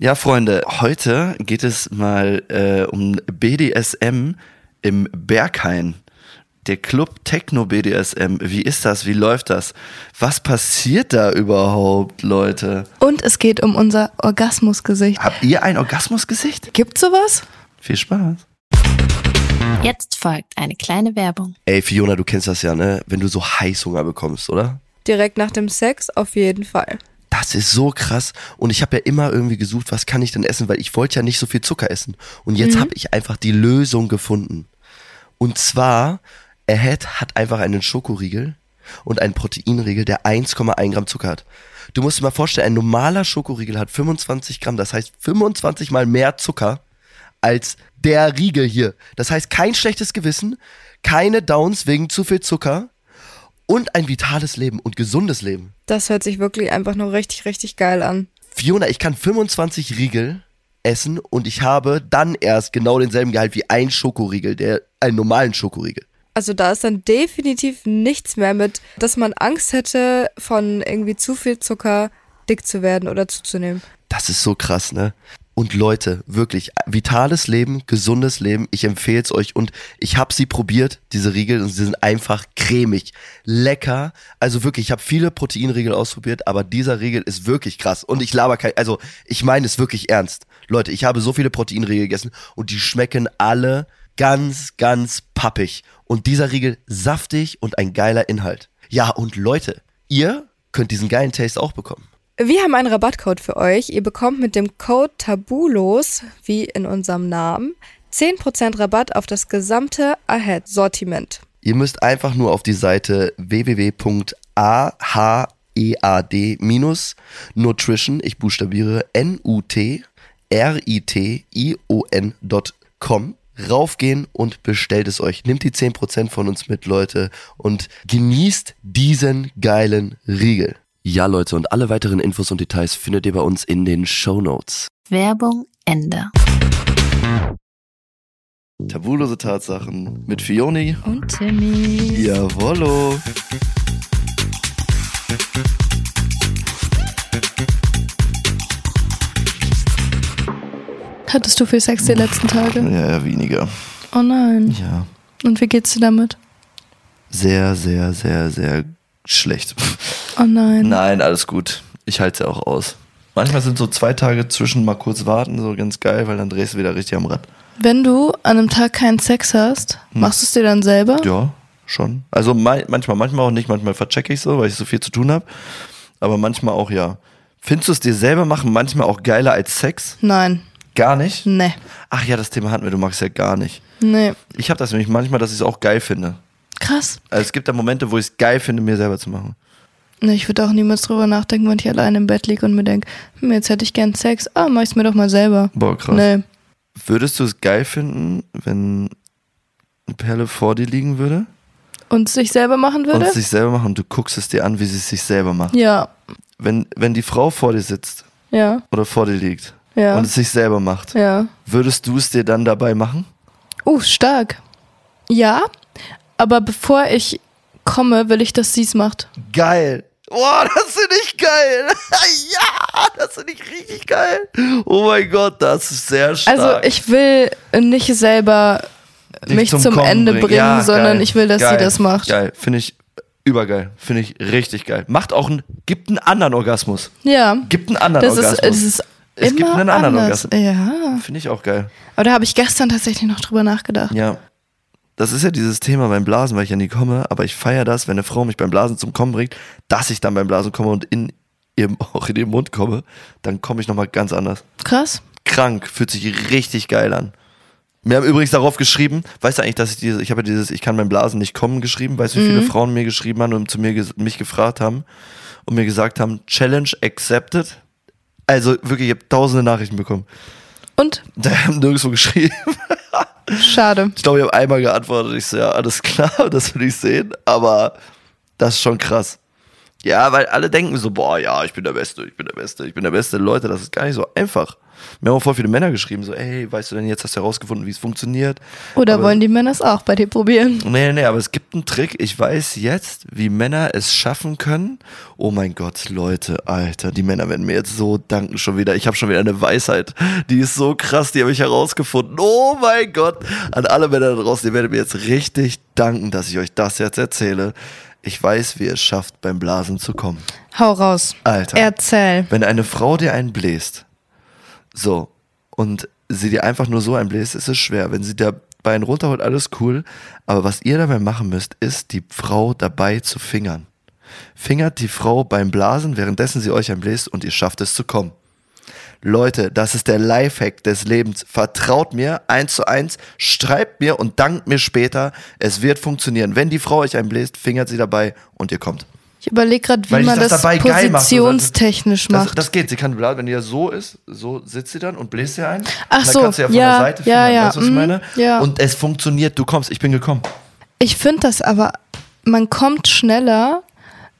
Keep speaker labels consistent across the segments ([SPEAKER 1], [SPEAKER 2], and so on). [SPEAKER 1] Ja, Freunde, heute geht es mal äh, um BDSM im Berghain. Der Club Techno BDSM. Wie ist das? Wie läuft das? Was passiert da überhaupt, Leute?
[SPEAKER 2] Und es geht um unser Orgasmusgesicht.
[SPEAKER 1] Habt ihr ein Orgasmusgesicht?
[SPEAKER 2] Gibt's sowas?
[SPEAKER 1] Viel Spaß.
[SPEAKER 3] Jetzt folgt eine kleine Werbung.
[SPEAKER 4] Ey, Fiona, du kennst das ja, ne? Wenn du so Heißhunger bekommst, oder?
[SPEAKER 5] Direkt nach dem Sex auf jeden Fall.
[SPEAKER 4] Das ist so krass. Und ich habe ja immer irgendwie gesucht, was kann ich denn essen, weil ich wollte ja nicht so viel Zucker essen. Und jetzt habe ich einfach die Lösung gefunden. Und zwar, Ahead hat einfach einen Schokoriegel und einen Proteinriegel, der 1,1 Gramm Zucker hat. Du musst dir mal vorstellen, ein normaler Schokoriegel hat 25 Gramm, das heißt 25 mal mehr Zucker als der Riegel hier. Das heißt, kein schlechtes Gewissen, keine Downs wegen zu viel Zucker und ein vitales Leben und gesundes Leben.
[SPEAKER 5] Das hört sich wirklich einfach nur richtig, richtig geil an.
[SPEAKER 4] Fiona, ich kann 25 Riegel essen und ich habe dann erst genau denselben Gehalt wie ein Schokoriegel, der einen normalen Schokoriegel.
[SPEAKER 5] Also da ist dann definitiv nichts mehr mit, dass man Angst hätte, von irgendwie zu viel Zucker dick zu werden oder zuzunehmen.
[SPEAKER 4] Das ist so krass, ne? Und Leute, wirklich, vitales Leben, gesundes Leben, ich empfehle es euch und ich habe sie probiert, diese Riegel, und sie sind einfach cremig, lecker. Also wirklich, ich habe viele Proteinriegel ausprobiert, aber dieser Riegel ist wirklich krass und ich laber kein, also ich meine es wirklich ernst. Leute, ich habe so viele Proteinriegel gegessen und die schmecken alle ganz, ganz pappig. Und dieser Riegel saftig und ein geiler Inhalt. Ja, und Leute, ihr könnt diesen geilen Taste auch bekommen.
[SPEAKER 5] Wir haben einen Rabattcode für euch. Ihr bekommt mit dem Code TABULOS, wie in unserem Namen, 10% Rabatt auf das gesamte Ahead-Sortiment.
[SPEAKER 4] Ihr müsst einfach nur auf die Seite E www.ahead-nutrition, ich buchstabiere N-U-T-R-I-T-I-O-N.com, raufgehen und bestellt es euch. Nimmt die 10% von uns mit, Leute, und genießt diesen geilen Riegel. Ja, Leute, und alle weiteren Infos und Details findet ihr bei uns in den Show Notes.
[SPEAKER 3] Werbung Ende.
[SPEAKER 1] Tabulose Tatsachen mit Fioni.
[SPEAKER 3] Und Timmy.
[SPEAKER 1] Jawollo.
[SPEAKER 2] Hattest du viel Sex die letzten Tage?
[SPEAKER 1] Ja, ja, weniger.
[SPEAKER 2] Oh nein.
[SPEAKER 1] Ja.
[SPEAKER 2] Und wie geht's dir damit?
[SPEAKER 1] Sehr, sehr, sehr, sehr schlecht.
[SPEAKER 5] Mhm.
[SPEAKER 2] Oh nein.
[SPEAKER 1] Nein, alles gut. Ich halte es ja auch aus. Manchmal sind so zwei Tage zwischen mal kurz warten so ganz geil, weil dann drehst du wieder richtig am Rad.
[SPEAKER 2] Wenn du an einem Tag keinen Sex hast, machst du es dir dann selber?
[SPEAKER 1] Hm. Ja, schon. Also ma- manchmal, manchmal auch nicht. Manchmal verchecke ich so, weil ich so viel zu tun habe. Aber manchmal auch ja. Findest du es dir selber machen manchmal auch geiler als Sex?
[SPEAKER 2] Nein.
[SPEAKER 1] Gar
[SPEAKER 5] Mhm.
[SPEAKER 1] nicht?
[SPEAKER 2] Nee.
[SPEAKER 1] Ach ja, das Thema hatten wir, du magst ja gar nicht.
[SPEAKER 2] Nee.
[SPEAKER 1] Ich habe das nämlich manchmal, dass ich es auch geil finde.
[SPEAKER 2] Krass.
[SPEAKER 1] Also es gibt da Momente, wo ich es geil finde, mir selber zu machen.
[SPEAKER 2] Nee, ich würde auch niemals drüber nachdenken, wenn ich allein im Bett liege und mir denke, hm, jetzt hätte ich gern Sex. Ah, mach ich's mir doch mal selber.
[SPEAKER 1] Boah, krass.
[SPEAKER 2] Nee.
[SPEAKER 1] Würdest du es geil finden, wenn eine Perle vor dir liegen würde
[SPEAKER 2] Und sich selber machen
[SPEAKER 1] und
[SPEAKER 2] würde?
[SPEAKER 1] es sich selber macht und du guckst es dir an, wie sie es sich selber macht?
[SPEAKER 2] ja.
[SPEAKER 1] Wenn, wenn die Frau vor dir sitzt
[SPEAKER 2] Ja.
[SPEAKER 1] oder vor dir liegt
[SPEAKER 2] Ja.
[SPEAKER 1] und es sich selber macht,
[SPEAKER 2] Ja.
[SPEAKER 1] würdest du es dir dann dabei machen?
[SPEAKER 2] Uh, stark. Ja, aber bevor ich komme, will ich, dass sie es macht.
[SPEAKER 1] Geil. Boah, das finde ich geil. ja, das finde ich richtig geil. Oh mein Gott, das ist sehr stark.
[SPEAKER 2] Also ich will nicht selber
[SPEAKER 1] Dich
[SPEAKER 2] mich zum,
[SPEAKER 1] Kommen
[SPEAKER 2] Ende bringen,
[SPEAKER 1] Ja,
[SPEAKER 2] sondern
[SPEAKER 1] geil.
[SPEAKER 2] ich will, dass
[SPEAKER 1] Geil.
[SPEAKER 2] sie das macht.
[SPEAKER 1] Geil, finde ich übergeil. Finde ich richtig geil. Macht auch einen, gibt einen anderen Orgasmus.
[SPEAKER 2] Ja.
[SPEAKER 1] Gibt einen anderen
[SPEAKER 2] Das ist, äh,
[SPEAKER 1] Orgasmus.
[SPEAKER 2] es ist
[SPEAKER 1] Es
[SPEAKER 2] immer
[SPEAKER 1] gibt einen anderen
[SPEAKER 2] anders.
[SPEAKER 1] Orgasmus.
[SPEAKER 2] Ja.
[SPEAKER 1] Finde ich auch geil.
[SPEAKER 2] Aber da habe ich gestern tatsächlich noch drüber nachgedacht.
[SPEAKER 1] Ja. Das ist ja dieses Thema beim Blasen, weil ich ja nie komme, aber ich feiere das, wenn eine Frau mich beim Blasen zum Kommen bringt, dass ich dann beim Blasen komme und in ihrem, auch in ihren Mund komme, dann komme ich nochmal ganz anders.
[SPEAKER 2] Krass.
[SPEAKER 1] Krank, fühlt sich richtig geil an. Mir haben übrigens darauf geschrieben, weißt du eigentlich, dass ich diese, ich habe ja dieses, ich kann beim Blasen nicht kommen geschrieben, weißt du, wie viele
[SPEAKER 2] Mhm.
[SPEAKER 1] Frauen mir geschrieben haben und zu mir ges- mich gefragt haben und mir gesagt haben, Challenge accepted. Also wirklich, ich habe tausende Nachrichten bekommen.
[SPEAKER 2] Und
[SPEAKER 1] Da haben nirgendwo geschrieben.
[SPEAKER 2] schade.
[SPEAKER 1] Ich glaube, ich habe einmal geantwortet, ich so, ja, alles klar, das will ich sehen, aber das ist schon krass. Ja, weil alle denken so, boah, ja, ich bin der Beste, ich bin der Beste, ich bin der Beste. Leute, das ist gar nicht so einfach. Mir haben auch voll viele Männer geschrieben, so, ey, weißt du denn, jetzt hast du herausgefunden, wie es funktioniert.
[SPEAKER 2] Oder
[SPEAKER 1] Aber-
[SPEAKER 2] wollen die Männer es auch bei dir probieren?
[SPEAKER 1] Nee, nee, aber es gibt einen Trick. Ich weiß jetzt, wie Männer es schaffen können. Oh mein Gott, Leute, Alter, die Männer werden mir jetzt so danken schon wieder. Ich habe schon wieder eine Weisheit. Die ist so krass, die habe ich herausgefunden. Oh mein Gott. An alle Männer da draußen, ihr werdet mir jetzt richtig danken, dass ich euch das jetzt erzähle. Ich weiß, wie ihr es schafft, beim Blasen zu kommen.
[SPEAKER 2] Hau raus.
[SPEAKER 1] Alter.
[SPEAKER 2] Erzähl.
[SPEAKER 1] Wenn eine Frau dir einen bläst, so, und sie dir einfach nur so einen bläst, ist es schwer. Wenn sie der Bein runterholt, alles cool. Aber was ihr dabei machen müsst, ist, die Frau dabei zu fingern. Fingert die Frau beim Blasen, währenddessen sie euch einbläst und ihr schafft es zu kommen. Leute, das ist der Lifehack des Lebens. Vertraut mir eins zu eins, schreibt mir und dankt mir später. Es wird funktionieren. Wenn die Frau euch einbläst, fingert sie dabei und ihr kommt.
[SPEAKER 2] Ich überlege gerade, wie
[SPEAKER 1] Weil ich
[SPEAKER 2] man
[SPEAKER 1] das
[SPEAKER 2] das,
[SPEAKER 1] dabei geil mache, so
[SPEAKER 2] positionstechnisch
[SPEAKER 1] Das,
[SPEAKER 2] macht.
[SPEAKER 1] das geht, sie kann blasen, wenn die ja so ist, so sitzt sie dann und bläst sie ein.
[SPEAKER 2] Ach
[SPEAKER 1] und dann
[SPEAKER 2] so,
[SPEAKER 1] kannst du ja von
[SPEAKER 2] ja,
[SPEAKER 1] der Seite
[SPEAKER 2] ja,
[SPEAKER 1] fingern,
[SPEAKER 2] ja,
[SPEAKER 1] weißt du, was ich
[SPEAKER 2] mhm,
[SPEAKER 1] meine?
[SPEAKER 2] ja.
[SPEAKER 1] Und es funktioniert, du kommst, ich bin gekommen.
[SPEAKER 2] ich finde das aber, man kommt schneller,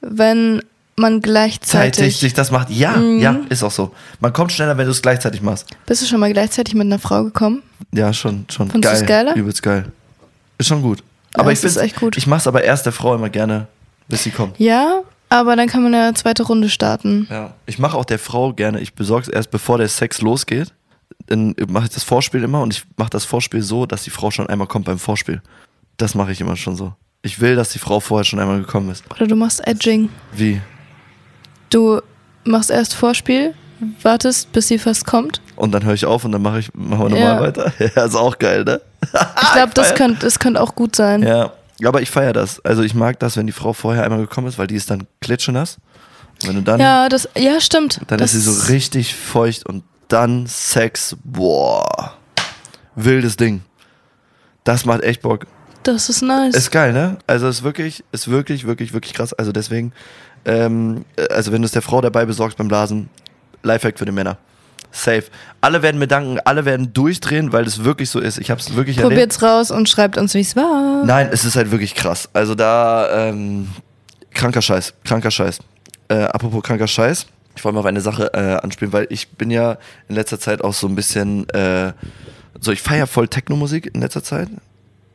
[SPEAKER 2] wenn
[SPEAKER 1] Zeitig
[SPEAKER 2] man gleichzeitig.
[SPEAKER 1] sich das macht. Ja,
[SPEAKER 2] Mhm.
[SPEAKER 1] ja, ist auch so. Man kommt schneller, wenn du es gleichzeitig machst.
[SPEAKER 2] Bist du schon mal gleichzeitig mit einer Frau gekommen?
[SPEAKER 1] Ja, schon, schon.
[SPEAKER 2] Findest
[SPEAKER 1] geil.
[SPEAKER 2] du's geiler?
[SPEAKER 1] Übelst geil. Ist schon gut. Aber
[SPEAKER 2] das
[SPEAKER 1] ich find's,
[SPEAKER 2] ist echt gut.
[SPEAKER 1] Ich mach's aber erst der Frau immer gerne, bis sie kommt.
[SPEAKER 2] Ja, aber dann kann man eine zweite Runde starten.
[SPEAKER 1] Ja. Ich mache auch der Frau gerne, ich besorge es erst bevor der Sex losgeht. Dann mache ich das Vorspiel immer und ich mache das Vorspiel so, dass die Frau schon einmal kommt beim Vorspiel. Das mache ich immer schon so. Ich will, dass die Frau vorher schon einmal gekommen ist.
[SPEAKER 2] Oder du machst Edging.
[SPEAKER 1] Wie?
[SPEAKER 2] Du machst erst Vorspiel, wartest, bis sie fast kommt.
[SPEAKER 1] Und dann höre ich auf und dann mache ich machen wir
[SPEAKER 2] Ja.
[SPEAKER 1] normal weiter. Ja, ist auch geil, ne?
[SPEAKER 2] Ich glaube, das
[SPEAKER 1] feier-
[SPEAKER 2] könnte das könnt auch gut sein.
[SPEAKER 1] Ja. Aber ich feiere das. Also ich mag das, wenn die Frau vorher einmal gekommen ist, weil die ist dann klitschenass. Und wenn du dann,
[SPEAKER 2] Ja, das, ja stimmt.
[SPEAKER 1] dann
[SPEAKER 2] das
[SPEAKER 1] ist sie so richtig feucht und dann Sex, boah. Wildes Ding. Das macht echt Bock.
[SPEAKER 2] Das ist nice.
[SPEAKER 1] Ist geil, ne? Also ist wirklich, ist wirklich, wirklich, wirklich krass. Also deswegen, ähm, äh, also wenn du es der Frau dabei besorgst beim Blasen, Lifehack für die Männer. Safe. Alle werden mir danken, alle werden durchdrehen, weil es wirklich so ist. Ich habe es wirklich erlebt.
[SPEAKER 2] Probiert's raus und schreibt uns, wie es war.
[SPEAKER 1] Nein, es ist halt wirklich krass. Also da, ähm, kranker Scheiß, kranker Scheiß. Äh, apropos kranker Scheiß, ich wollte mal auf eine Sache äh, anspielen, weil ich bin ja in letzter Zeit auch so ein bisschen, äh, so ich feiere voll Techno-Musik in letzter Zeit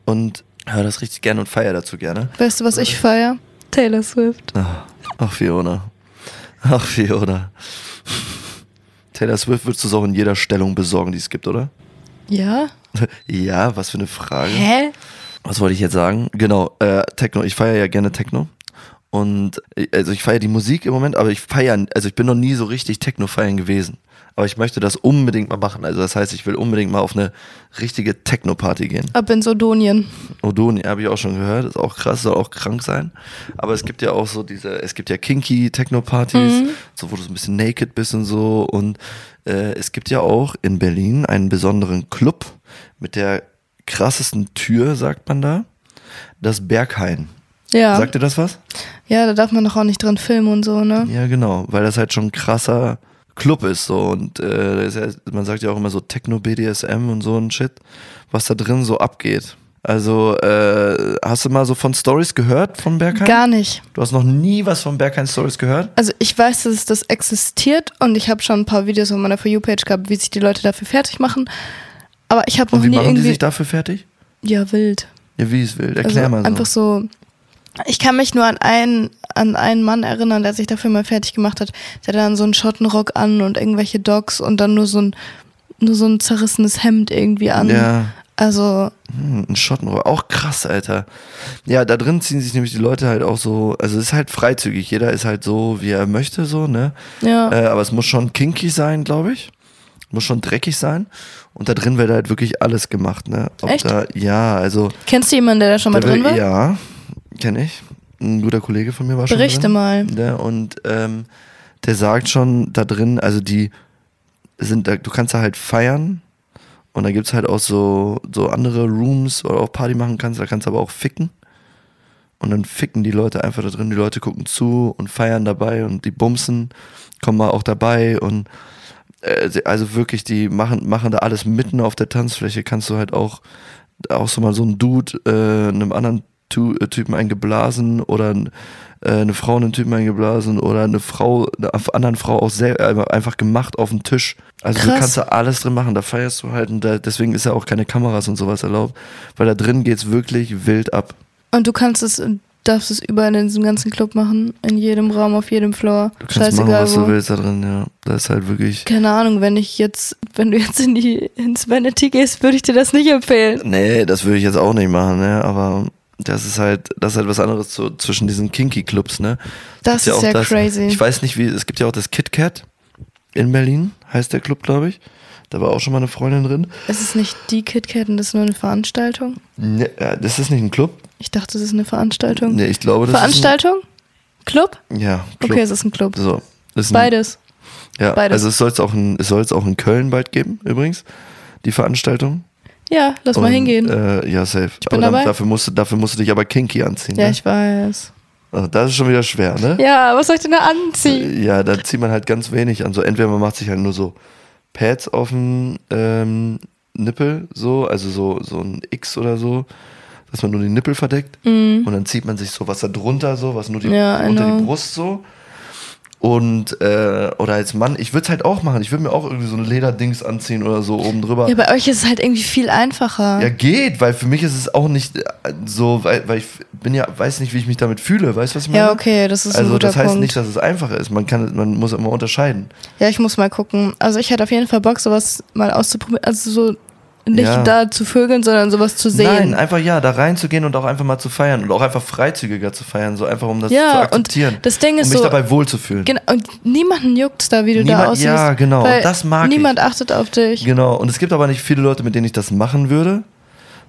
[SPEAKER 1] und höre das richtig gerne und feiere dazu gerne.
[SPEAKER 2] Weißt du, was ich feier? Taylor Swift.
[SPEAKER 1] Ach, Ah, ach Fiona. Ach Fiona. Taylor Swift würdest du es auch in jeder Stellung besorgen, die es gibt, oder?
[SPEAKER 2] Ja?
[SPEAKER 1] Ja, was für eine Frage.
[SPEAKER 2] Hä?
[SPEAKER 1] Was wollte ich jetzt sagen? Genau, äh, Techno. Ich feiere ja gerne Techno. Und äh, also ich feiere die Musik im Moment, aber ich feiern, also ich bin noch nie so richtig Techno feiern gewesen. Aber ich möchte das unbedingt mal machen. Also das heißt, ich will unbedingt mal auf eine richtige Techno-Party gehen.
[SPEAKER 2] Ab in Sodonien.
[SPEAKER 1] Odoni, habe ich auch schon gehört, ist auch krass, soll auch krank sein. Aber es gibt ja auch so diese, es gibt ja kinky Techno-Partys, so wo du so ein bisschen naked bist und so. Und äh, es gibt ja auch in Berlin einen besonderen Club mit der krassesten Tür, sagt man da, das Berghain.
[SPEAKER 2] Ja.
[SPEAKER 1] Sagt dir das was?
[SPEAKER 2] Ja, da darf man doch auch nicht drin filmen und so, ne?
[SPEAKER 1] Ja, genau, weil das halt schon ein krasser Club ist so und äh, da ist ja, man sagt ja auch immer so Techno BDSM und so ein Shit, was da drin so abgeht. Also äh, hast du mal so von Stories gehört von Berghain?
[SPEAKER 2] Gar nicht.
[SPEAKER 1] du hast noch nie was von Berghain Stories gehört?
[SPEAKER 2] Also ich weiß, dass das existiert und ich habe schon ein paar Videos auf meiner For You-Page gehabt, wie sich die Leute dafür fertig machen. Aber ich habe
[SPEAKER 1] Und
[SPEAKER 2] noch
[SPEAKER 1] wie
[SPEAKER 2] nie
[SPEAKER 1] machen die
[SPEAKER 2] irgendwie.
[SPEAKER 1] sich dafür fertig?
[SPEAKER 2] ja, wild.
[SPEAKER 1] Ja, wie es will.
[SPEAKER 2] Also
[SPEAKER 1] Erklär mal so.
[SPEAKER 2] einfach so. Ich kann mich nur an einen, an einen Mann erinnern, der sich dafür mal fertig gemacht hat. Der dann so einen Schottenrock an und irgendwelche Docs und dann nur so ein, nur so ein zerrissenes Hemd irgendwie an.
[SPEAKER 1] Ja.
[SPEAKER 2] Also,
[SPEAKER 1] Hm, Ein Schottenrohr. Auch krass, Alter. Ja, da drin ziehen sich nämlich die Leute halt auch so, also es ist halt freizügig. Jeder ist halt so, wie er möchte, so, ne?
[SPEAKER 2] ja.
[SPEAKER 1] Äh, aber es muss schon kinky sein, glaube ich. Muss schon dreckig sein. Und da drin wird halt wirklich alles gemacht, ne?
[SPEAKER 2] Echt?
[SPEAKER 1] Da, ja, also.
[SPEAKER 2] Kennst du jemanden, der da schon mal
[SPEAKER 1] da wird-
[SPEAKER 2] drin war?
[SPEAKER 1] Ja, kenne ich. Ein guter Kollege von mir war
[SPEAKER 2] Berichte
[SPEAKER 1] schon.
[SPEAKER 2] mal.
[SPEAKER 1] Berichte mal. Ne? Und ähm, der sagt schon da drin, also die sind da, du kannst da halt feiern. Und da gibt es halt auch so, so andere Rooms, wo du auch Party machen kannst. Da kannst du aber auch ficken. Und dann ficken die Leute einfach da drin. Die Leute gucken zu und feiern dabei und die bumsen, kommen mal auch dabei und äh, sie- also wirklich, die machen, machen da alles mitten auf der Tanzfläche. Kannst du halt auch, auch so mal so einen Dude äh, einem anderen Tu- äh, Typen eingeblasen oder ein- äh, eine Frau einen Typen eingeblasen oder eine Frau, eine af- anderen Frau auch sel- äh, einfach gemacht auf dem Tisch. Also du
[SPEAKER 2] Krass.
[SPEAKER 1] kannst da alles drin machen, da feierst du halt und da, deswegen ist ja auch keine Kameras und sowas erlaubt, weil da drin geht's wirklich wild ab.
[SPEAKER 2] Und du kannst es, darfst es überall in diesem ganzen Club machen, in jedem Raum, auf jedem Floor.
[SPEAKER 1] Du kannst machen,
[SPEAKER 2] Scheißegal
[SPEAKER 1] was
[SPEAKER 2] wo.
[SPEAKER 1] du willst da drin, ja. Da ist halt wirklich.
[SPEAKER 2] Keine Ahnung, wenn ich jetzt, wenn du jetzt in die ins Vanity gehst, würde ich dir das nicht empfehlen.
[SPEAKER 1] Nee, das würde ich jetzt auch nicht machen, ne? Aber das ist halt, das ist halt was anderes zu, zwischen diesen Kinky-Clubs, ne?
[SPEAKER 2] Das
[SPEAKER 1] Gibt's
[SPEAKER 2] ist
[SPEAKER 1] ja
[SPEAKER 2] ja
[SPEAKER 1] auch das-
[SPEAKER 2] crazy.
[SPEAKER 1] Ich weiß nicht, wie, es gibt ja auch das Kit Kat in Berlin, heißt der Club, glaube ich. Da war auch schon mal eine Freundin drin.
[SPEAKER 2] Es ist nicht die KitKat und das ist nur eine Veranstaltung.
[SPEAKER 1] Ne, äh, das ist nicht ein Club.
[SPEAKER 2] Ich dachte, das ist eine Veranstaltung.
[SPEAKER 1] Nee, ich glaube, das
[SPEAKER 2] Veranstaltung? Club?
[SPEAKER 1] ist ein, Ja, Club.
[SPEAKER 2] Okay, es ist ein Club.
[SPEAKER 1] so. Das Ist ein-
[SPEAKER 2] Beides.
[SPEAKER 1] Ja,
[SPEAKER 2] beides.
[SPEAKER 1] also es soll es auch in, es soll es auch in Köln bald geben, übrigens, die Veranstaltung.
[SPEAKER 2] Ja, lass mal
[SPEAKER 1] Und,
[SPEAKER 2] hingehen.
[SPEAKER 1] Äh, ja, safe.
[SPEAKER 2] Ich bin
[SPEAKER 1] aber
[SPEAKER 2] dabei.
[SPEAKER 1] dafür musst du, dafür musst du dich aber kinky anziehen.
[SPEAKER 2] ja,
[SPEAKER 1] ne?
[SPEAKER 2] ich weiß.
[SPEAKER 1] also das ist schon wieder schwer, ne?
[SPEAKER 2] Ja, was soll ich denn da anziehen?
[SPEAKER 1] Ja, da zieht man halt ganz wenig an. So entweder man macht sich halt nur so Pads auf den ähm, Nippel, so, also so, so ein X oder so, dass man nur den Nippel verdeckt. Und dann zieht man sich so was da drunter, so, was nur die,
[SPEAKER 2] Mhm. Ja, genau. I
[SPEAKER 1] unter die
[SPEAKER 2] know.
[SPEAKER 1] Brust so. Und, äh, oder als Mann, ich würde es halt auch machen. Ich würde mir auch irgendwie so ein Lederdings anziehen oder so oben drüber.
[SPEAKER 2] Ja, bei euch ist es halt irgendwie viel einfacher.
[SPEAKER 1] Ja, geht, weil für mich ist es auch nicht äh, so, weil, weil ich bin ja, weiß nicht, wie ich mich damit fühle. Weißt du, was ich meine?
[SPEAKER 2] Ja, okay, das ist
[SPEAKER 1] genau.
[SPEAKER 2] ein
[SPEAKER 1] Also
[SPEAKER 2] guter
[SPEAKER 1] das heißt
[SPEAKER 2] Punkt.
[SPEAKER 1] nicht, dass es einfacher ist. Man kann, man muss immer unterscheiden.
[SPEAKER 2] ja, ich muss mal gucken. Also ich hätte auf jeden Fall Bock, sowas mal auszuprobieren. Also so nicht
[SPEAKER 1] Ja.
[SPEAKER 2] da zu vögeln, sondern sowas zu sehen.
[SPEAKER 1] Nein, einfach ja, da reinzugehen und auch einfach mal zu feiern und auch einfach freizügiger zu feiern, so einfach um das
[SPEAKER 2] Ja,
[SPEAKER 1] zu
[SPEAKER 2] und
[SPEAKER 1] akzeptieren.
[SPEAKER 2] das Ding ist
[SPEAKER 1] um mich
[SPEAKER 2] so-
[SPEAKER 1] dabei wohlzufühlen.
[SPEAKER 2] Genau, und niemanden juckt's da, wie du
[SPEAKER 1] Niemand-
[SPEAKER 2] da aussiehst.
[SPEAKER 1] ja, genau,
[SPEAKER 2] weil
[SPEAKER 1] das mag ich.
[SPEAKER 2] Niemand achtet auf dich.
[SPEAKER 1] Genau. Und es gibt aber nicht viele Leute, mit denen ich das machen würde.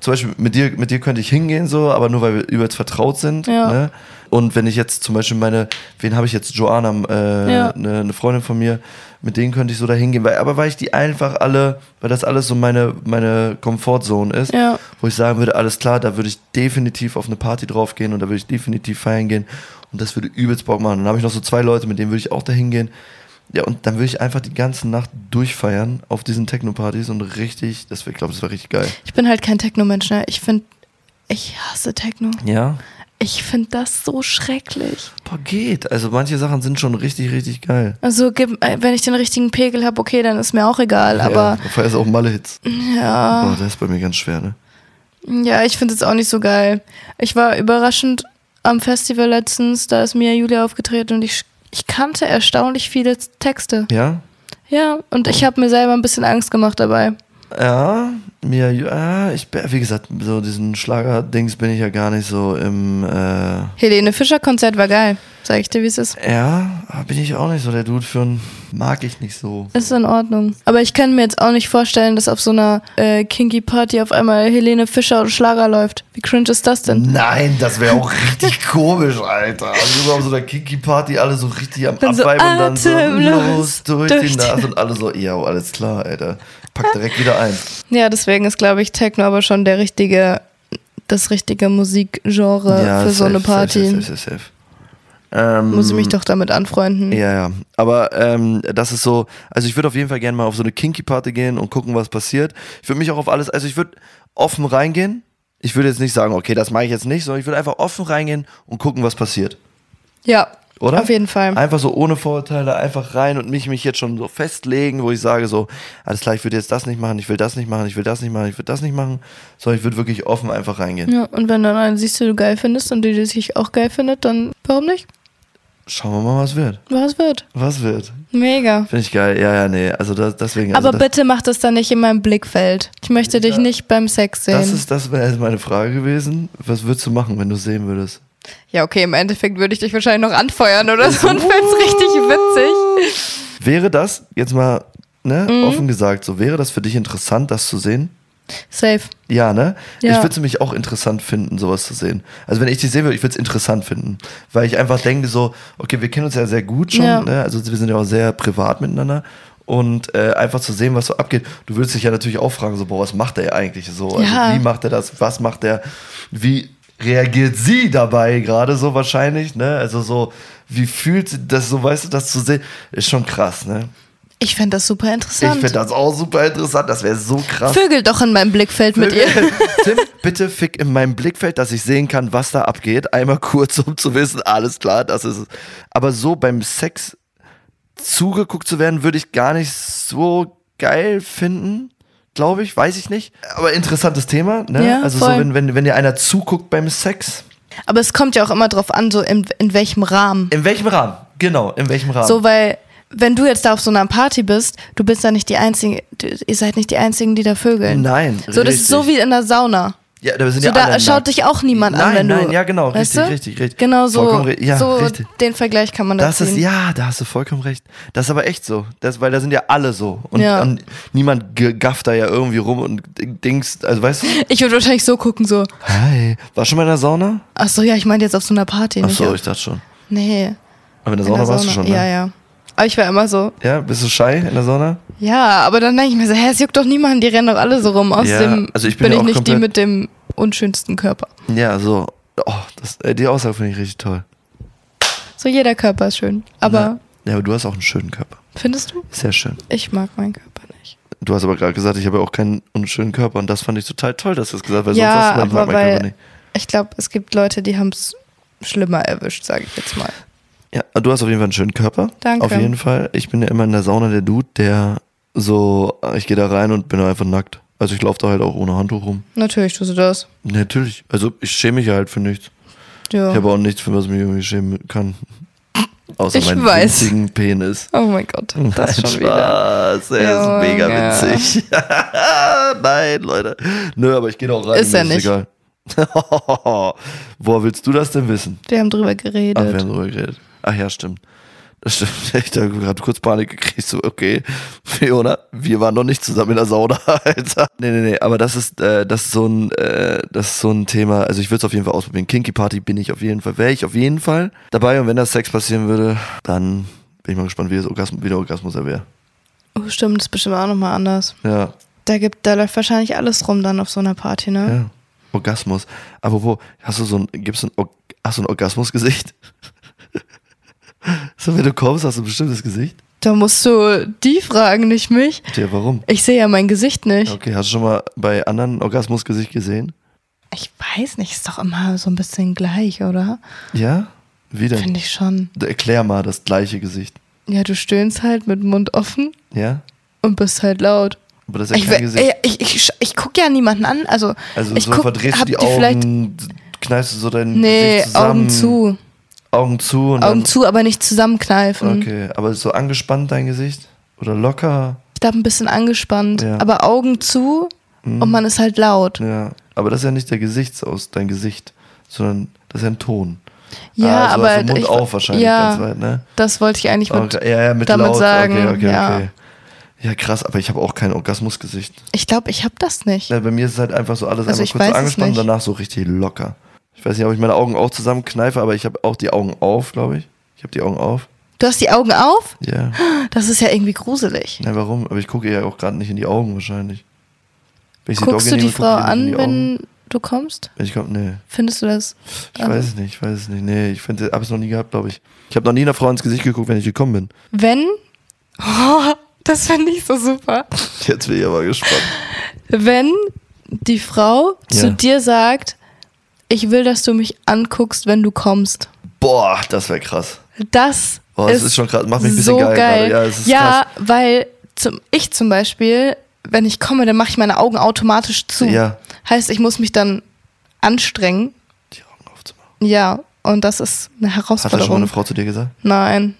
[SPEAKER 1] Zum Beispiel mit dir, mit dir könnte ich hingehen, so, aber nur weil wir übelst vertraut sind.
[SPEAKER 2] Ja.
[SPEAKER 1] Ne? Und wenn ich jetzt zum Beispiel meine, wen habe ich jetzt, Joanna, äh,
[SPEAKER 2] Ja.
[SPEAKER 1] eine, eine Freundin von mir, mit denen könnte ich so da hingehen, weil, aber weil ich die einfach alle, weil das alles so meine, meine Komfortzone ist,
[SPEAKER 2] Ja.
[SPEAKER 1] wo ich sagen würde, alles klar, da würde ich definitiv auf eine Party draufgehen und da würde ich definitiv feiern gehen und das würde übelst Bock machen. Dann habe ich noch so zwei Leute, mit denen würde ich auch da hingehen. Ja, und dann würde ich einfach die ganze Nacht durchfeiern auf diesen Techno-Partys und richtig, das wär- ich glaube, das wäre richtig geil.
[SPEAKER 2] Ich bin halt kein Techno-Mensch, ne? Ich finde, ich hasse Techno.
[SPEAKER 1] Ja.
[SPEAKER 2] Ich finde das so schrecklich.
[SPEAKER 1] Boah, geht. Also manche Sachen sind schon richtig, richtig geil.
[SPEAKER 2] Also, gib- äh, wenn ich den richtigen Pegel habe, okay, dann ist mir auch egal.
[SPEAKER 1] Ja,
[SPEAKER 2] Aber
[SPEAKER 1] du feierst auch Malle-Hits.
[SPEAKER 2] ja,
[SPEAKER 1] Boah, das ist bei mir ganz schwer, ne?
[SPEAKER 2] ja ich finde es auch nicht so geil. Ich war überraschend am Festival letztens, da ist Mia Julia aufgetreten und ich, ich kannte erstaunlich viele Texte.
[SPEAKER 1] Ja?
[SPEAKER 2] Ja, und ich habe mir selber ein bisschen Angst gemacht dabei.
[SPEAKER 1] Ja, mir, ja, ich, bin- wie gesagt, so diesen Schlager-Dings bin ich ja gar nicht so im, äh,
[SPEAKER 2] Helene Fischer-Konzert war geil. Sag ich dir, wie es ist.
[SPEAKER 1] ja, bin ich auch nicht so der Dude für ein, mag ich nicht so.
[SPEAKER 2] Ist in Ordnung. Aber ich kann mir jetzt auch nicht vorstellen, dass auf so einer äh, Kinky Party auf einmal Helene Fischer und Schlager läuft. Wie cringe ist das denn?
[SPEAKER 1] Nein, das wäre auch richtig komisch, Alter. Also so auf so einer Kinky-Party, alle so richtig am
[SPEAKER 2] Dann so
[SPEAKER 1] Abweiben und dann so
[SPEAKER 2] atemlos
[SPEAKER 1] los durch,
[SPEAKER 2] durch
[SPEAKER 1] die
[SPEAKER 2] die-
[SPEAKER 1] Nase und alle so, ja, alles klar, Alter. Pack direkt wieder ein.
[SPEAKER 2] Ja, deswegen ist, glaube ich, Techno aber schon der richtige, das richtige Musikgenre
[SPEAKER 1] ja,
[SPEAKER 2] für so eine Party.
[SPEAKER 1] Safe, safe, safe, safe. Ähm,
[SPEAKER 2] Muss ich mich doch damit anfreunden.
[SPEAKER 1] Ja, ja. Aber ähm, das ist so, also ich würde auf jeden Fall gerne mal auf so eine Kinky-Party gehen und gucken, was passiert. Ich würde mich auch auf alles, also ich würde offen reingehen. Ich würde jetzt nicht sagen, okay, das mache ich jetzt nicht, sondern ich würde einfach offen reingehen und gucken, was passiert.
[SPEAKER 2] Ja,
[SPEAKER 1] Oder?
[SPEAKER 2] auf jeden Fall.
[SPEAKER 1] Einfach so ohne Vorurteile, einfach rein und mich mich jetzt schon so festlegen, wo ich sage so, alles klar, ich würde jetzt das nicht machen, ich will das nicht machen, ich will das nicht machen, ich will das nicht machen, sondern ich würde wirklich offen einfach reingehen.
[SPEAKER 2] Ja, und wenn dann einen siehst, den du geil findest und die, die sich auch geil findet, dann warum nicht?
[SPEAKER 1] Schauen wir mal, was wird.
[SPEAKER 2] Was wird?
[SPEAKER 1] Was wird?
[SPEAKER 2] Mega.
[SPEAKER 1] Finde ich geil. Ja, ja, nee, also das, deswegen.
[SPEAKER 2] Aber
[SPEAKER 1] also das,
[SPEAKER 2] bitte mach das dann nicht in meinem Blickfeld. Ich möchte dich nicht beim Sex sehen.
[SPEAKER 1] das ist das wäre jetzt meine Frage gewesen. Was würdest du machen, wenn du es sehen würdest?
[SPEAKER 2] Ja, okay, im Endeffekt würde ich dich wahrscheinlich noch anfeuern oder so und fände es richtig witzig.
[SPEAKER 1] Wäre das jetzt mal ne, offen gesagt, so wäre das für dich interessant, das zu sehen?
[SPEAKER 2] Safe.
[SPEAKER 1] Ja, ne?
[SPEAKER 2] Ja.
[SPEAKER 1] Ich würde es nämlich auch interessant finden, sowas zu sehen. Also wenn ich dich sehen würde, ich würde es interessant finden. Weil ich einfach denke so, okay, wir kennen uns ja sehr gut schon,
[SPEAKER 2] Ja.
[SPEAKER 1] ne? Also wir sind ja auch sehr privat miteinander. Und äh, einfach zu sehen, was so abgeht. Du würdest dich ja natürlich auch fragen, so, boah, was macht der eigentlich so?
[SPEAKER 2] Ja.
[SPEAKER 1] Also, wie macht er das? Was macht er? Wie reagiert sie dabei gerade so wahrscheinlich, ne? Also so, wie fühlt sie das so, weißt du, das zu sehen? Ist schon krass, ne?
[SPEAKER 2] Ich fände das super
[SPEAKER 1] Ich
[SPEAKER 2] interessant.
[SPEAKER 1] finde das auch super interessant. Das wäre so krass.
[SPEAKER 2] Vögel doch in meinem Blickfeld mit ihr.
[SPEAKER 1] Tim, bitte fick in meinem Blickfeld, dass ich sehen kann, was da abgeht. Einmal kurz, um zu wissen, alles klar, das ist es. Aber so beim Sex zugeguckt zu werden, würde ich gar nicht so geil finden. Glaube ich, weiß ich nicht. Aber interessantes Thema, ne?
[SPEAKER 2] Ja,
[SPEAKER 1] also
[SPEAKER 2] voll.
[SPEAKER 1] so, wenn, wenn, wenn dir einer zuguckt beim Sex.
[SPEAKER 2] Aber es kommt ja auch immer drauf an, so in, in welchem Rahmen.
[SPEAKER 1] In welchem Rahmen? Genau, in welchem Rahmen?
[SPEAKER 2] So, weil, wenn du jetzt da auf so einer Party bist, du bist da nicht die Einzige, du- ihr seid nicht die Einzigen, die da vögeln.
[SPEAKER 1] Nein,
[SPEAKER 2] So, das ist so
[SPEAKER 1] richtig.
[SPEAKER 2] wie in der Sauna.
[SPEAKER 1] ja, da sind
[SPEAKER 2] So,
[SPEAKER 1] ja alle
[SPEAKER 2] da
[SPEAKER 1] nackt.
[SPEAKER 2] schaut dich auch niemand an,
[SPEAKER 1] Nein,
[SPEAKER 2] wenn du.
[SPEAKER 1] nein, ja, genau,
[SPEAKER 2] weißt
[SPEAKER 1] richtig,
[SPEAKER 2] du?
[SPEAKER 1] richtig, richtig.
[SPEAKER 2] Genau so.
[SPEAKER 1] Vollkommen ri- ja,
[SPEAKER 2] so
[SPEAKER 1] richtig.
[SPEAKER 2] den Vergleich kann man da
[SPEAKER 1] Das
[SPEAKER 2] ziehen.
[SPEAKER 1] ist, ja, da hast du vollkommen recht. Das ist aber echt so. Das, weil da sind ja alle so. Und,
[SPEAKER 2] Ja.
[SPEAKER 1] und niemand ge- gafft da ja irgendwie rum und dings, also weißt du,
[SPEAKER 2] Ich würde wahrscheinlich so gucken, so,
[SPEAKER 1] hi, war schon mal in der Sauna?
[SPEAKER 2] ach so, ja, ich meine jetzt auf so einer Party.
[SPEAKER 1] Ach
[SPEAKER 2] nicht
[SPEAKER 1] so,
[SPEAKER 2] auf-
[SPEAKER 1] ich dachte schon.
[SPEAKER 2] nee.
[SPEAKER 1] Aber in der
[SPEAKER 2] in
[SPEAKER 1] Sauna
[SPEAKER 2] der
[SPEAKER 1] warst du
[SPEAKER 2] Sauna.
[SPEAKER 1] schon, ne?
[SPEAKER 2] Ja, ja. Aber ich war immer so,
[SPEAKER 1] Ja, bist du shy in der Sauna?
[SPEAKER 2] ja, aber dann denke ich mir so, hä, es juckt doch niemanden, die rennen doch alle so rum. Außerdem
[SPEAKER 1] also ich bin
[SPEAKER 2] bin,
[SPEAKER 1] ja
[SPEAKER 2] ich
[SPEAKER 1] auch
[SPEAKER 2] nicht die
[SPEAKER 1] komplett-
[SPEAKER 2] mit dem unschönsten Körper.
[SPEAKER 1] Ja, so. Oh, das, äh, die Aussage finde ich richtig toll.
[SPEAKER 2] So jeder Körper ist schön. Aber
[SPEAKER 1] Ja, aber du hast auch einen schönen Körper.
[SPEAKER 2] findest du?
[SPEAKER 1] Sehr schön.
[SPEAKER 2] Ich mag meinen Körper nicht.
[SPEAKER 1] Du hast aber gerade gesagt, ich habe ja auch keinen unschönen Körper und das fand ich total toll, dass du es gesagt hast, weil sonst
[SPEAKER 2] ja,
[SPEAKER 1] hast du meinen
[SPEAKER 2] aber
[SPEAKER 1] Mark- meinen Körper
[SPEAKER 2] weil
[SPEAKER 1] nicht.
[SPEAKER 2] ich glaube, es gibt Leute, die haben es schlimmer erwischt, sage ich jetzt mal.
[SPEAKER 1] Ja, du hast auf jeden Fall einen schönen Körper.
[SPEAKER 2] Danke.
[SPEAKER 1] Auf jeden Fall. Ich bin ja immer in der Sauna der Dude, der so, ich gehe da rein und bin einfach nackt. Also ich laufe da halt auch ohne Handtuch rum.
[SPEAKER 2] Natürlich tust du das.
[SPEAKER 1] Natürlich. Also ich schäme mich ja halt für nichts.
[SPEAKER 2] Ja.
[SPEAKER 1] Ich habe auch nichts, für was ich mich irgendwie schämen kann. Außer
[SPEAKER 2] Ich
[SPEAKER 1] meinen
[SPEAKER 2] weiß.
[SPEAKER 1] winzigen Penis.
[SPEAKER 2] oh mein Gott, das
[SPEAKER 1] Nein,
[SPEAKER 2] schon wieder.
[SPEAKER 1] Spaß. Er ist mega
[SPEAKER 2] Junge.
[SPEAKER 1] witzig. Nein, Leute. Nö, aber ich gehe da auch rein.
[SPEAKER 2] Ist
[SPEAKER 1] mir
[SPEAKER 2] er nicht.
[SPEAKER 1] Egal. Woher willst du das denn wissen?
[SPEAKER 2] Wir haben drüber
[SPEAKER 1] Ach, wir
[SPEAKER 2] geredet.
[SPEAKER 1] haben drüber geredet. Ach ja, stimmt. Das stimmt. Ich habe gerade kurz Panik gekriegt. So, okay, Fiona, wir waren noch nicht zusammen in der Sauna, Alter. Nee, nee, nee, aber das ist, äh, das ist so ein, äh, das ist so ein Thema. Also ich würde es auf jeden Fall ausprobieren. Kinky Party bin ich auf jeden Fall, wäre ich auf jeden Fall dabei. Und wenn das Sex passieren würde, dann bin ich mal gespannt, wie, das Orgasmus, wie der Orgasmus er wäre.
[SPEAKER 2] oh, stimmt, das ist bestimmt auch nochmal anders.
[SPEAKER 1] Ja,
[SPEAKER 2] Da, gibt, da läuft wahrscheinlich alles rum dann auf so einer Party, ne?
[SPEAKER 1] ja. Orgasmus. Apropos, hast du so ein, gibt's ein, Or hast du ein Orgasmusgesicht? so, wenn du kommst, hast du ein bestimmtes Gesicht.
[SPEAKER 2] Da musst du die fragen, nicht mich.
[SPEAKER 1] Tja, warum?
[SPEAKER 2] Ich sehe ja mein Gesicht nicht.
[SPEAKER 1] Okay, hast du schon mal bei anderen Orgasmusgesicht gesehen?
[SPEAKER 2] Ich weiß nicht, ist doch immer so ein bisschen gleich, oder?
[SPEAKER 1] Ja? Wie denn?
[SPEAKER 2] Finde ich schon.
[SPEAKER 1] Erklär mal das gleiche Gesicht.
[SPEAKER 2] Ja, du stöhnst halt mit Mund offen
[SPEAKER 1] Ja?
[SPEAKER 2] und bist halt laut.
[SPEAKER 1] Aber das ist ja
[SPEAKER 2] Ich,
[SPEAKER 1] kein
[SPEAKER 2] we-
[SPEAKER 1] Gesicht.
[SPEAKER 2] ich, ich, ich, sch- ich gucke ja niemanden an. Also,
[SPEAKER 1] also
[SPEAKER 2] ich
[SPEAKER 1] so
[SPEAKER 2] guck,
[SPEAKER 1] verdrehst du
[SPEAKER 2] hab
[SPEAKER 1] die
[SPEAKER 2] Vielleicht,
[SPEAKER 1] Augen, kneifst du so dein
[SPEAKER 2] nee,
[SPEAKER 1] Gesicht zusammen.
[SPEAKER 2] Augen zu.
[SPEAKER 1] Augen zu und
[SPEAKER 2] Augen
[SPEAKER 1] dann,
[SPEAKER 2] zu, aber nicht zusammenkneifen.
[SPEAKER 1] Okay, aber ist so angespannt dein Gesicht? Oder locker?
[SPEAKER 2] Ich glaube, ein bisschen angespannt.
[SPEAKER 1] Ja.
[SPEAKER 2] Aber Augen zu und man ist halt laut.
[SPEAKER 1] Hm, Ja. Aber das ist ja nicht der Gesichtsaus, dein Gesicht, sondern das ist ja ein Ton.
[SPEAKER 2] Ja,
[SPEAKER 1] also
[SPEAKER 2] aber.
[SPEAKER 1] hast du Mund
[SPEAKER 2] ich,
[SPEAKER 1] auf wahrscheinlich
[SPEAKER 2] ja,
[SPEAKER 1] ganz weit, ne?
[SPEAKER 2] Das wollte ich eigentlich mit.
[SPEAKER 1] Okay, ja, ja, mit
[SPEAKER 2] damit
[SPEAKER 1] laut.
[SPEAKER 2] sagen,
[SPEAKER 1] okay, okay,
[SPEAKER 2] ja.
[SPEAKER 1] okay. Ja, krass, aber ich habe auch kein Orgasmusgesicht.
[SPEAKER 2] Ich glaube, ich habe das nicht.
[SPEAKER 1] Ja, bei mir ist es halt einfach so alles
[SPEAKER 2] Also ich
[SPEAKER 1] einmal kurz
[SPEAKER 2] weiß
[SPEAKER 1] so
[SPEAKER 2] es
[SPEAKER 1] angespannt und
[SPEAKER 2] nicht.
[SPEAKER 1] danach so richtig locker. Ich weiß nicht, ob ich meine Augen auch zusammenkneife, aber ich habe auch die Augen auf, glaube ich. Ich habe die Augen auf.
[SPEAKER 2] Du hast die Augen auf?
[SPEAKER 1] Ja.
[SPEAKER 2] Das ist ja irgendwie gruselig.
[SPEAKER 1] Nein, warum? Aber ich gucke ihr ja auch gerade nicht in die Augen wahrscheinlich. Wenn ich sie
[SPEAKER 2] Guckst
[SPEAKER 1] doch
[SPEAKER 2] du die
[SPEAKER 1] nehme, gucke
[SPEAKER 2] Frau
[SPEAKER 1] ich ihr nicht in
[SPEAKER 2] an,
[SPEAKER 1] die Augen.
[SPEAKER 2] wenn du kommst?
[SPEAKER 1] Wenn ich komme, nee.
[SPEAKER 2] Findest du das?
[SPEAKER 1] Ich
[SPEAKER 2] Ähm.
[SPEAKER 1] weiß es nicht, ich weiß es nicht. Nee, ich finde, habe es noch nie gehabt, glaube ich. Ich habe noch nie einer Frau ins Gesicht geguckt, wenn ich gekommen bin.
[SPEAKER 2] Wenn. Oh, das finde ich so super.
[SPEAKER 1] Jetzt bin ich aber gespannt.
[SPEAKER 2] Wenn die Frau
[SPEAKER 1] Ja.
[SPEAKER 2] zu dir sagt, ich will, dass du mich anguckst, wenn du kommst.
[SPEAKER 1] Boah, das wäre krass.
[SPEAKER 2] Das,
[SPEAKER 1] Boah, das
[SPEAKER 2] ist,
[SPEAKER 1] ist, schon krass. Macht mich ein bisschen
[SPEAKER 2] so
[SPEAKER 1] geil.
[SPEAKER 2] geil.
[SPEAKER 1] gerade. Ja, es ist
[SPEAKER 2] Ja, weil zum, ich zum Beispiel, wenn ich komme, dann mache ich meine Augen automatisch zu.
[SPEAKER 1] krass. Ja.
[SPEAKER 2] Heißt, ich muss mich dann anstrengen.
[SPEAKER 1] Die Augen aufzumachen.
[SPEAKER 2] Ja, und das ist eine
[SPEAKER 1] Hat da schon mal
[SPEAKER 2] Herausforderung.
[SPEAKER 1] eine Frau zu dir gesagt?
[SPEAKER 2] Nein,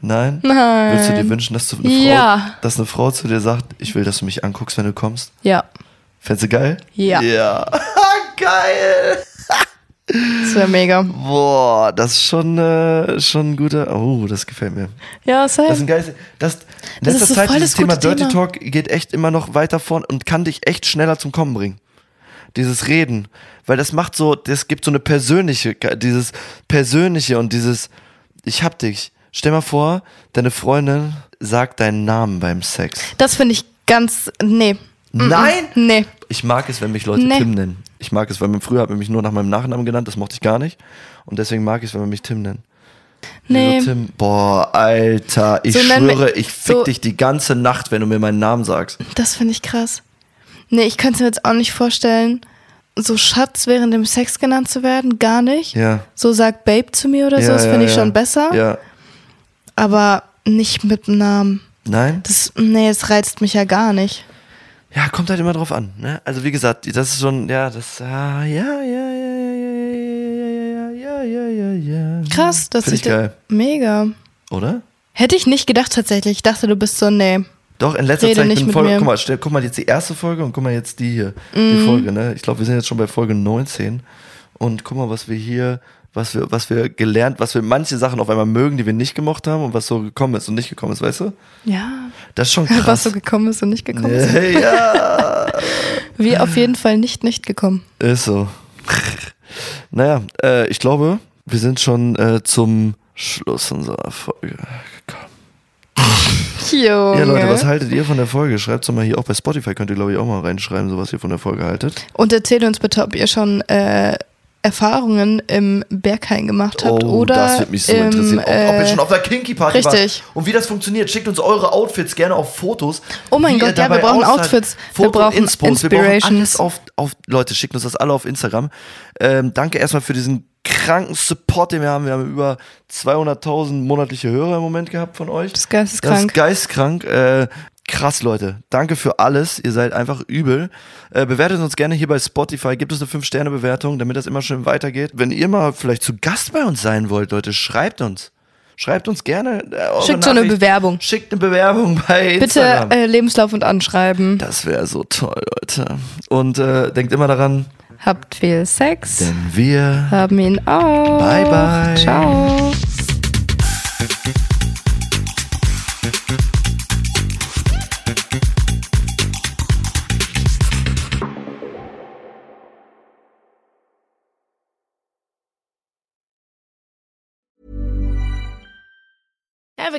[SPEAKER 1] Nein?
[SPEAKER 2] nein.
[SPEAKER 1] Würdest du dir wünschen, dass, du eine Frau,
[SPEAKER 2] Ähm, Ja.
[SPEAKER 1] dass eine Frau zu dir sagt, ich will, dass du mich anguckst, wenn du kommst?
[SPEAKER 2] Ja,
[SPEAKER 1] Fändest du geil?
[SPEAKER 2] Ja.
[SPEAKER 1] Ja. geil.
[SPEAKER 2] das wäre mega.
[SPEAKER 1] Boah, das ist schon, äh, schon ein guter. Oh, das gefällt mir.
[SPEAKER 2] Ja,
[SPEAKER 1] Das ist
[SPEAKER 2] safe.
[SPEAKER 1] ein geiles. Das, in
[SPEAKER 2] Das
[SPEAKER 1] letzter
[SPEAKER 2] ist so
[SPEAKER 1] Zeit
[SPEAKER 2] voll
[SPEAKER 1] dieses
[SPEAKER 2] das
[SPEAKER 1] Thema
[SPEAKER 2] gute
[SPEAKER 1] Dirty
[SPEAKER 2] Thema.
[SPEAKER 1] Talk geht echt immer noch weiter vorn und kann dich echt schneller zum Kommen bringen. Dieses Reden. Weil das macht so, das gibt so eine persönliche, dieses persönliche und dieses, ich hab dich. Stell mal vor, deine Freundin sagt deinen Namen beim Sex.
[SPEAKER 2] Das finde ich ganz. Nee. Mm-mm.
[SPEAKER 1] Nein?
[SPEAKER 2] Nee.
[SPEAKER 1] Ich mag es, wenn mich Leute
[SPEAKER 2] Nee.
[SPEAKER 1] Tim nennen. Ich mag es, weil man früher hat man mich nur nach meinem Nachnamen genannt, das mochte ich gar nicht. Und deswegen mag ich es, wenn man mich Tim nennt.
[SPEAKER 2] Nee.
[SPEAKER 1] Wieso Tim? Boah, Alter, ich
[SPEAKER 2] So nennen wir-
[SPEAKER 1] schwöre, ich fick
[SPEAKER 2] so-
[SPEAKER 1] dich die ganze Nacht, wenn du mir meinen Namen sagst.
[SPEAKER 2] Das finde ich krass. Nee, ich kann es mir jetzt auch nicht vorstellen, so Schatz während dem Sex genannt zu werden, gar nicht.
[SPEAKER 1] Ja.
[SPEAKER 2] So sagt Babe zu mir oder so,
[SPEAKER 1] ja,
[SPEAKER 2] das
[SPEAKER 1] ja,
[SPEAKER 2] finde ich
[SPEAKER 1] ja.
[SPEAKER 2] schon besser.
[SPEAKER 1] Ja.
[SPEAKER 2] Aber nicht mit dem Namen.
[SPEAKER 1] Nein?
[SPEAKER 2] Das, nee, das reizt mich ja gar nicht.
[SPEAKER 1] Ja, kommt halt immer drauf an. Ne? Also wie gesagt, das ist schon, ja, das, ah, ja, ja, ja, ja, ja, ja, ja, ja, ja, ja, ja.
[SPEAKER 2] Krass, das
[SPEAKER 1] Finde ich
[SPEAKER 2] ist
[SPEAKER 1] geil,
[SPEAKER 2] mega.
[SPEAKER 1] oder?
[SPEAKER 2] Hätte ich nicht gedacht tatsächlich. Ich dachte, du bist so, nee.
[SPEAKER 1] Doch, in letzter
[SPEAKER 2] Rede
[SPEAKER 1] Zeit
[SPEAKER 2] nicht
[SPEAKER 1] bin
[SPEAKER 2] mit
[SPEAKER 1] voll,
[SPEAKER 2] mir. Mhm.
[SPEAKER 1] guck mal, stell, guck mal jetzt die erste Folge und guck mal jetzt die hier, die Folge, ne? Ich glaube, wir sind jetzt schon bei Folge 19 und guck mal, was wir hier, was wir, was wir gelernt, was wir manche Sachen auf einmal mögen, die wir nicht gemocht haben und was so gekommen ist und nicht gekommen ist, weißt du?
[SPEAKER 2] Ja.
[SPEAKER 1] Das ist schon
[SPEAKER 2] Was
[SPEAKER 1] krass.
[SPEAKER 2] so gekommen ist und nicht gekommen ist.
[SPEAKER 1] Nee, ja,
[SPEAKER 2] Wir auf jeden Fall nicht nicht gekommen.
[SPEAKER 1] ist so. Naja, äh, ich glaube, wir sind schon äh, zum Schluss unserer Folge gekommen.
[SPEAKER 2] Junge.
[SPEAKER 1] Ja, Leute, was haltet ihr von der Folge? Schreibt's doch mal hier auch bei Spotify, könnt ihr, glaube ich, auch mal reinschreiben, so was ihr von der Folge haltet.
[SPEAKER 2] Und erzähl uns bitte, ob ihr schon äh, Erfahrungen im Berghain gemacht habt oder
[SPEAKER 1] Oh, das würde mich so
[SPEAKER 2] im,
[SPEAKER 1] interessieren. Ob, ob
[SPEAKER 2] äh,
[SPEAKER 1] ihr schon auf der Kinky Party
[SPEAKER 2] richtig.
[SPEAKER 1] wart und wie das funktioniert. Schickt uns eure Outfits gerne auf Fotos.
[SPEAKER 2] Oh mein
[SPEAKER 1] wie
[SPEAKER 2] Gott,
[SPEAKER 1] ihr
[SPEAKER 2] ja,
[SPEAKER 1] dabei
[SPEAKER 2] wir brauchen
[SPEAKER 1] aussah.
[SPEAKER 2] Outfits. Wir
[SPEAKER 1] Foto und
[SPEAKER 2] brauchen
[SPEAKER 1] Inspos. Wir brauchen
[SPEAKER 2] Inspirations.
[SPEAKER 1] alles auf, auf. Leute, schickt uns das alle auf Instagram. Ähm, danke erstmal für diesen kranken Support, den wir haben. Wir haben über 200.000 monatliche Hörer im Moment gehabt von euch.
[SPEAKER 2] Das Geist ist krank.
[SPEAKER 1] Das ist geistkrank. Äh, krass, Leute. Danke für alles. Ihr seid einfach übel. Äh, bewertet uns gerne hier bei Spotify. Gibt es eine 5-Sterne-Bewertung, damit das immer schön weitergeht. Wenn ihr mal vielleicht zu Gast bei uns sein wollt, Leute, schreibt uns. Schreibt uns gerne. Äh, eure
[SPEAKER 2] Schickt so eine
[SPEAKER 1] Nachricht.
[SPEAKER 2] Bewerbung.
[SPEAKER 1] Schickt eine Bewerbung bei Instagram.
[SPEAKER 2] Bitte äh, Lebenslauf und Anschreiben.
[SPEAKER 1] das wäre so toll, Leute. Und äh, denkt immer daran,
[SPEAKER 5] Habt viel Sex.
[SPEAKER 1] denn wir.
[SPEAKER 5] Haben ihn auch.
[SPEAKER 1] Bye, bye.
[SPEAKER 5] Ciao.
[SPEAKER 6] Ever